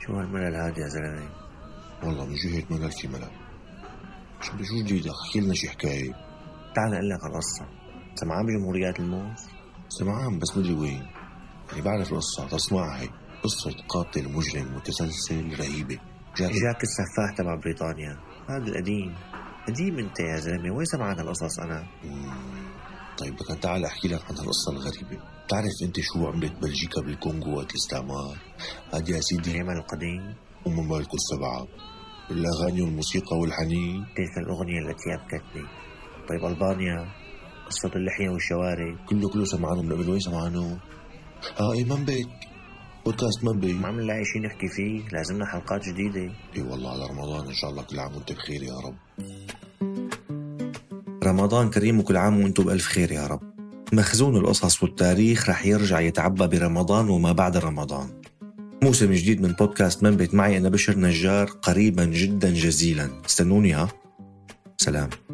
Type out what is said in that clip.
شو هالملل هاد يا زلمه والله من جهة ملالكي ملل شو بدي شو جديد احكي لنا شي حكاية تعال اقول لك على القصه سمعان بجمهوريات الموز سمعان بس مدري وين يعني بعرف القصة تسمعها هي قصة قاتل مجرم متسلسل رهيبة جاب اجاك السفاح تبع بريطانيا هذا القديم قديم انت يا زلمه وين سمعان هالقصص انا مم. طيب لكن تعال احكي لك عن هالقصة الغريبة بتعرف انت شو عملت بلجيكا بالكونغو وقت الاستعمار هاد يا سيدي اليمن القديم ام مالكو السبعة الاغاني والموسيقى والحنين تلك الاغنيه التي ابكتني طيب البانيا قصه اللحيه والشوارب كله كله سمعانه من قبل وين سمعانه اه ايه منبك بودكاست منبك ما عم نلاقي شيء نحكي فيه لازمنا حلقات جديده اي إيه والله على رمضان ان شاء الله كل عام وانت بخير يا رب رمضان كريم وكل عام وانتم بألف خير يا رب مخزون القصص والتاريخ رح يرجع يتعبى برمضان وما بعد رمضان موسم جديد من بودكاست منبت معي أنا بشر نجار قريبا جدا جزيلا استنوني ها سلام